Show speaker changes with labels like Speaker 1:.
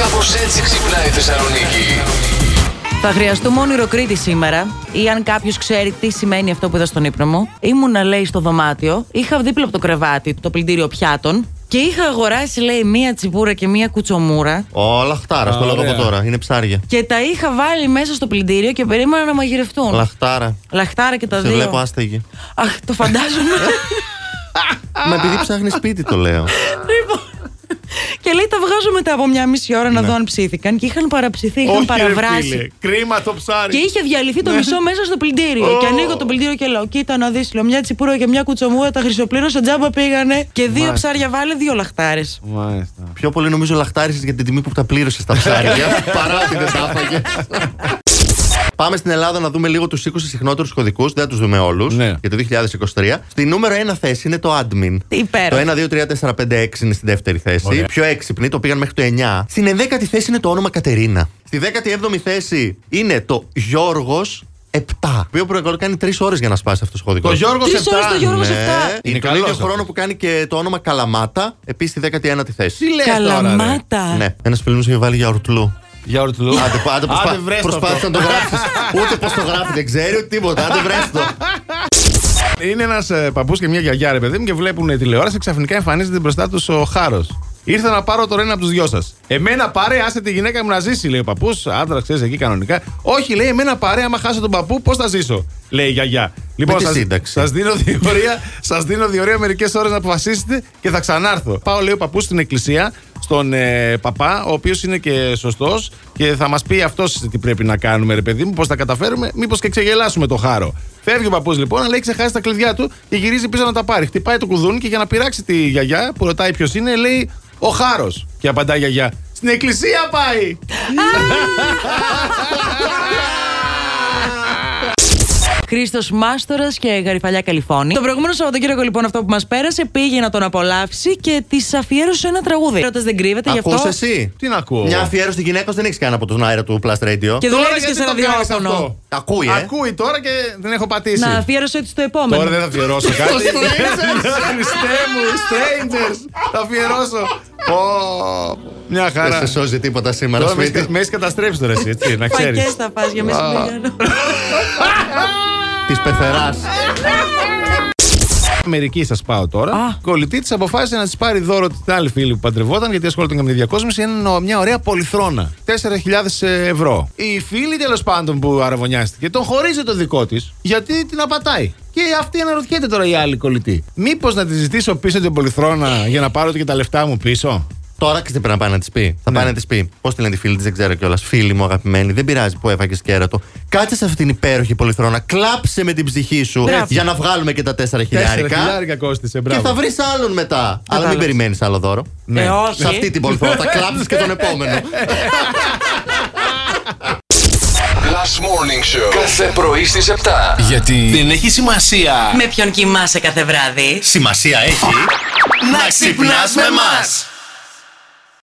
Speaker 1: Κάπως έτσι ξυπνάει η Θεσσαλονίκη.
Speaker 2: Θα χρειαστούμε όνειρο Κρήτη σήμερα, ή αν κάποιος ξέρει τι σημαίνει αυτό που είδα στον ύπνο μου. Ήμουνα, λέει, στο δωμάτιο, είχα δίπλα από το κρεβάτι το πλυντήριο πιάτων και είχα αγοράσει, λέει, μία τσιπούρα και μία κουτσομούρα
Speaker 3: Όλα χτάρα,
Speaker 4: Α,
Speaker 3: στο λόγο
Speaker 4: ωραία.
Speaker 3: από τώρα. Είναι ψάρια.
Speaker 2: και τα είχα βάλει μέσα στο πλυντήριο και περίμενα να μαγειρευτούν.
Speaker 3: Λαχτάρα.
Speaker 2: Λαχτάρα και τα
Speaker 3: Σε
Speaker 2: δύο.
Speaker 3: βλέπω άστεγη.
Speaker 2: Αχ, το φαντάζομαι.
Speaker 3: Μα επειδή ψάχνεις σπίτι, το λέω.
Speaker 2: λοιπόν. Και λέει τα βγάζω μετά από μια μισή ώρα να δω αν ψήθηκαν. Και είχαν παραψηθεί, είχαν
Speaker 4: Ναι. Όχι, ρε
Speaker 2: παραβράσει.
Speaker 4: φίλε. Κρίμα το ψάρι. Ναι.
Speaker 2: Και είχε διαλυθεί το μισό μέσα στο πλυντήριο.
Speaker 4: Ω.
Speaker 2: Και ανοίγω το πλυντήριο και λέω: Κοίτα να δεις, λέω, μια τσιπούρα και μια κουτσομούρα τα χρυσοπλήρωσα, τζάμπα πήγανε. Και δύο ψάρια βάλε, δύο λαχτάρες.
Speaker 4: Μάλιστα.
Speaker 3: Πιο πολύ νομίζω λαχτάρισες για την τιμή που τα πλήρωσες τα ψάρια. Παρά ότι δεν τα έφαγες. Πάμε στην Ελλάδα να δούμε λίγο τους 20 συχνότερους κωδικούς. Δεν τους δούμε όλους
Speaker 4: Ναι.
Speaker 3: για το 2023. Στη νούμερο 1 θέση είναι το admin. Το
Speaker 2: Υπέροχο.
Speaker 3: 1, 2, 3, 4, 5, 6 είναι στη δεύτερη θέση.
Speaker 4: Ωραία.
Speaker 3: Πιο έξυπνοι, το πήγαν μέχρι το 9. Στην 11η θέση είναι το όνομα Κατερίνα. Στη 17η θέση είναι το Γιώργος 7. Το οποίο προεκόρ κάνει 3 ώρες για να σπάσει αυτός ο κωδικός.
Speaker 4: Το Γιώργος
Speaker 2: Τι ώρες το
Speaker 4: 7.
Speaker 2: Γιώργος
Speaker 3: Ναι.
Speaker 2: 7.
Speaker 3: Είναι
Speaker 4: Είναι
Speaker 3: τον
Speaker 4: καλός
Speaker 3: ίδιο
Speaker 4: αυτός.
Speaker 3: χρόνο που κάνει και το όνομα Καλαμάτα, επίσης στη 19η θέση.
Speaker 4: Τι λες τώρα, ρε.
Speaker 2: Καλαμάτα.
Speaker 3: Ναι, ένας φίλο μου είχε βάλει για ορτλού.
Speaker 4: Για ορτλού.
Speaker 3: Άντε, πα- άντε, προσπα...
Speaker 4: Άντε, βρες το
Speaker 3: προσπάθησε
Speaker 4: αυτό.
Speaker 3: να το γράψεις. Ούτε πώς το γράφει, δεν ξέρει ούτε τίποτα. Άντε, βρες το.
Speaker 4: Είναι ένας παππούς και μια γιαγιά, ρε παιδί μου, και βλέπουν ε, τηλεόραση. Ξαφνικά εμφανίζεται μπροστά τους ο Χάρος. Ήρθα να πάρω τώρα ένα από τους δυο σας. Εμένα πάρε, άσε τη γυναίκα μου να ζήσει, λέει ο παππούς. Άντρα, ξέρεις εκεί κανονικά. Όχι, λέει, εμένα πάρε, άμα χάσω τον παππού, πώς θα ζήσω, λέει η γιαγιά. Λοιπόν,
Speaker 3: τη
Speaker 4: σας-
Speaker 3: σύνταξη.
Speaker 4: σας δίνω διορία, σας δίνω διορία μερικές ώρες να αποφασίσετε και θα ξανάρθω. Πάω, λέει ο παππούς, στην εκκλησία, στον ε, παπά, ο οποίος είναι και σωστός και θα μας πει αυτός τι πρέπει να κάνουμε, ρε παιδί μου, πώς θα καταφέρουμε, μήπως και ξεγελάσουμε το χάρο. Φεύγει ο παππούς λοιπόν, αλλά έχει ξεχάσει τα κλειδιά του και γυρίζει πίσω να τα πάρει. Χτυπάει το κουδούνι και για να πειράξει τη γιαγιά που ρωτάει ποιος είναι, λέει Ο Χάρος. Και απαντάει η γιαγιά. Στην εκκλησία πάει!
Speaker 2: Χρήστος Μάστορας και Γαριφαλιά Καλιφώνη. Το προηγούμενο Σαββατοκύριακο, λοιπόν, αυτό που μας πέρασε, πήγε να τον απολαύσει και της αφιέρωσε ένα τραγούδι. Ρώτα δεν κρύβεται, γι'
Speaker 3: Ακούς
Speaker 2: αυτό.
Speaker 3: εσύ.
Speaker 4: Τι να ακούω.
Speaker 3: Μια αφιέρωση στην γυναίκα σου δεν έχεις κάνει από τον αέρα του Plus Radio.
Speaker 2: Και δουλεύεις και
Speaker 4: γιατί
Speaker 2: σε
Speaker 4: το κάνεις
Speaker 2: ραδιόφωνο.
Speaker 4: αυτό?
Speaker 3: Τα ακούει, ε.
Speaker 4: Ακούει τώρα και δεν έχω πατήσει.
Speaker 2: Να αφιέρωσε έτσι το επόμενο.
Speaker 4: Τώρα δεν θα αφιερώσω
Speaker 3: ε.
Speaker 4: κάτι. Χριστέ μου, strangers. Θα αφιερώσω. Ω, Μια
Speaker 3: Δεν σε
Speaker 4: χαρά.
Speaker 3: σώζει τίποτα σήμερα,
Speaker 4: Τώρα με έχεις-
Speaker 3: σπίτι.
Speaker 4: με έχεις καταστρέψει τώρα εσύ, έτσι, να ξέρεις.
Speaker 2: Πακές θα πας για μεσημεριανό.
Speaker 3: Της πεθεράς.
Speaker 4: Αμερική σας πάω
Speaker 2: Α.
Speaker 4: τώρα. Κολλητή τη αποφάσισε να της πάρει δώρο την άλλη φίλη που παντρευόταν, γιατί ασχολούνταν και με τη διακόσμηση, είναι μια ωραία πολυθρόνα. 4.000 ευρώ. Η φίλη τέλος πάντων που αραβωνιάστηκε τον χωρίζει το δικό της, γιατί την απατάει. Και αυτή αναρωτιέται τώρα η άλλη κολλητή. Μήπως να της ζητήσω πίσω την πολυθρόνα για να πάρω και τα λεφτά μου πίσω.
Speaker 3: Τώρα ξέρεις τι πρέπει να πάει να της πει.
Speaker 4: Ναι.
Speaker 3: Θα πάει να της πει. Πώς τη λένε τη φίλη της, δεν ξέρω κιόλας. Φίλη μου, αγαπημένη, δεν πειράζει που έφαγες κέρατο. Κάτσε σε αυτήν την υπέροχη πολυθρόνα. Κλάψε με την ψυχή σου
Speaker 2: Μπράβο.
Speaker 3: για να βγάλουμε και τα τέσσερα χιλιάρικα.
Speaker 4: χιλιάρικα
Speaker 3: Και
Speaker 4: κόστησε, μπράβο.
Speaker 3: θα βρεις άλλον μετά. Αλλά μην περιμένεις άλλο δώρο.
Speaker 5: Ναι.
Speaker 2: Ε,
Speaker 3: Σε αυτή
Speaker 2: όχι.
Speaker 3: την πολυθρόνα θα κλάψεις και τον επόμενο.
Speaker 1: Last Morning Show. Κάθε πρωί στις 7.
Speaker 5: Γιατί δεν έχει σημασία.
Speaker 2: Με ποιον κοιμάσαι κάθε βράδυ.
Speaker 3: Σημασία έχει
Speaker 5: Να ξυπνάς με μας.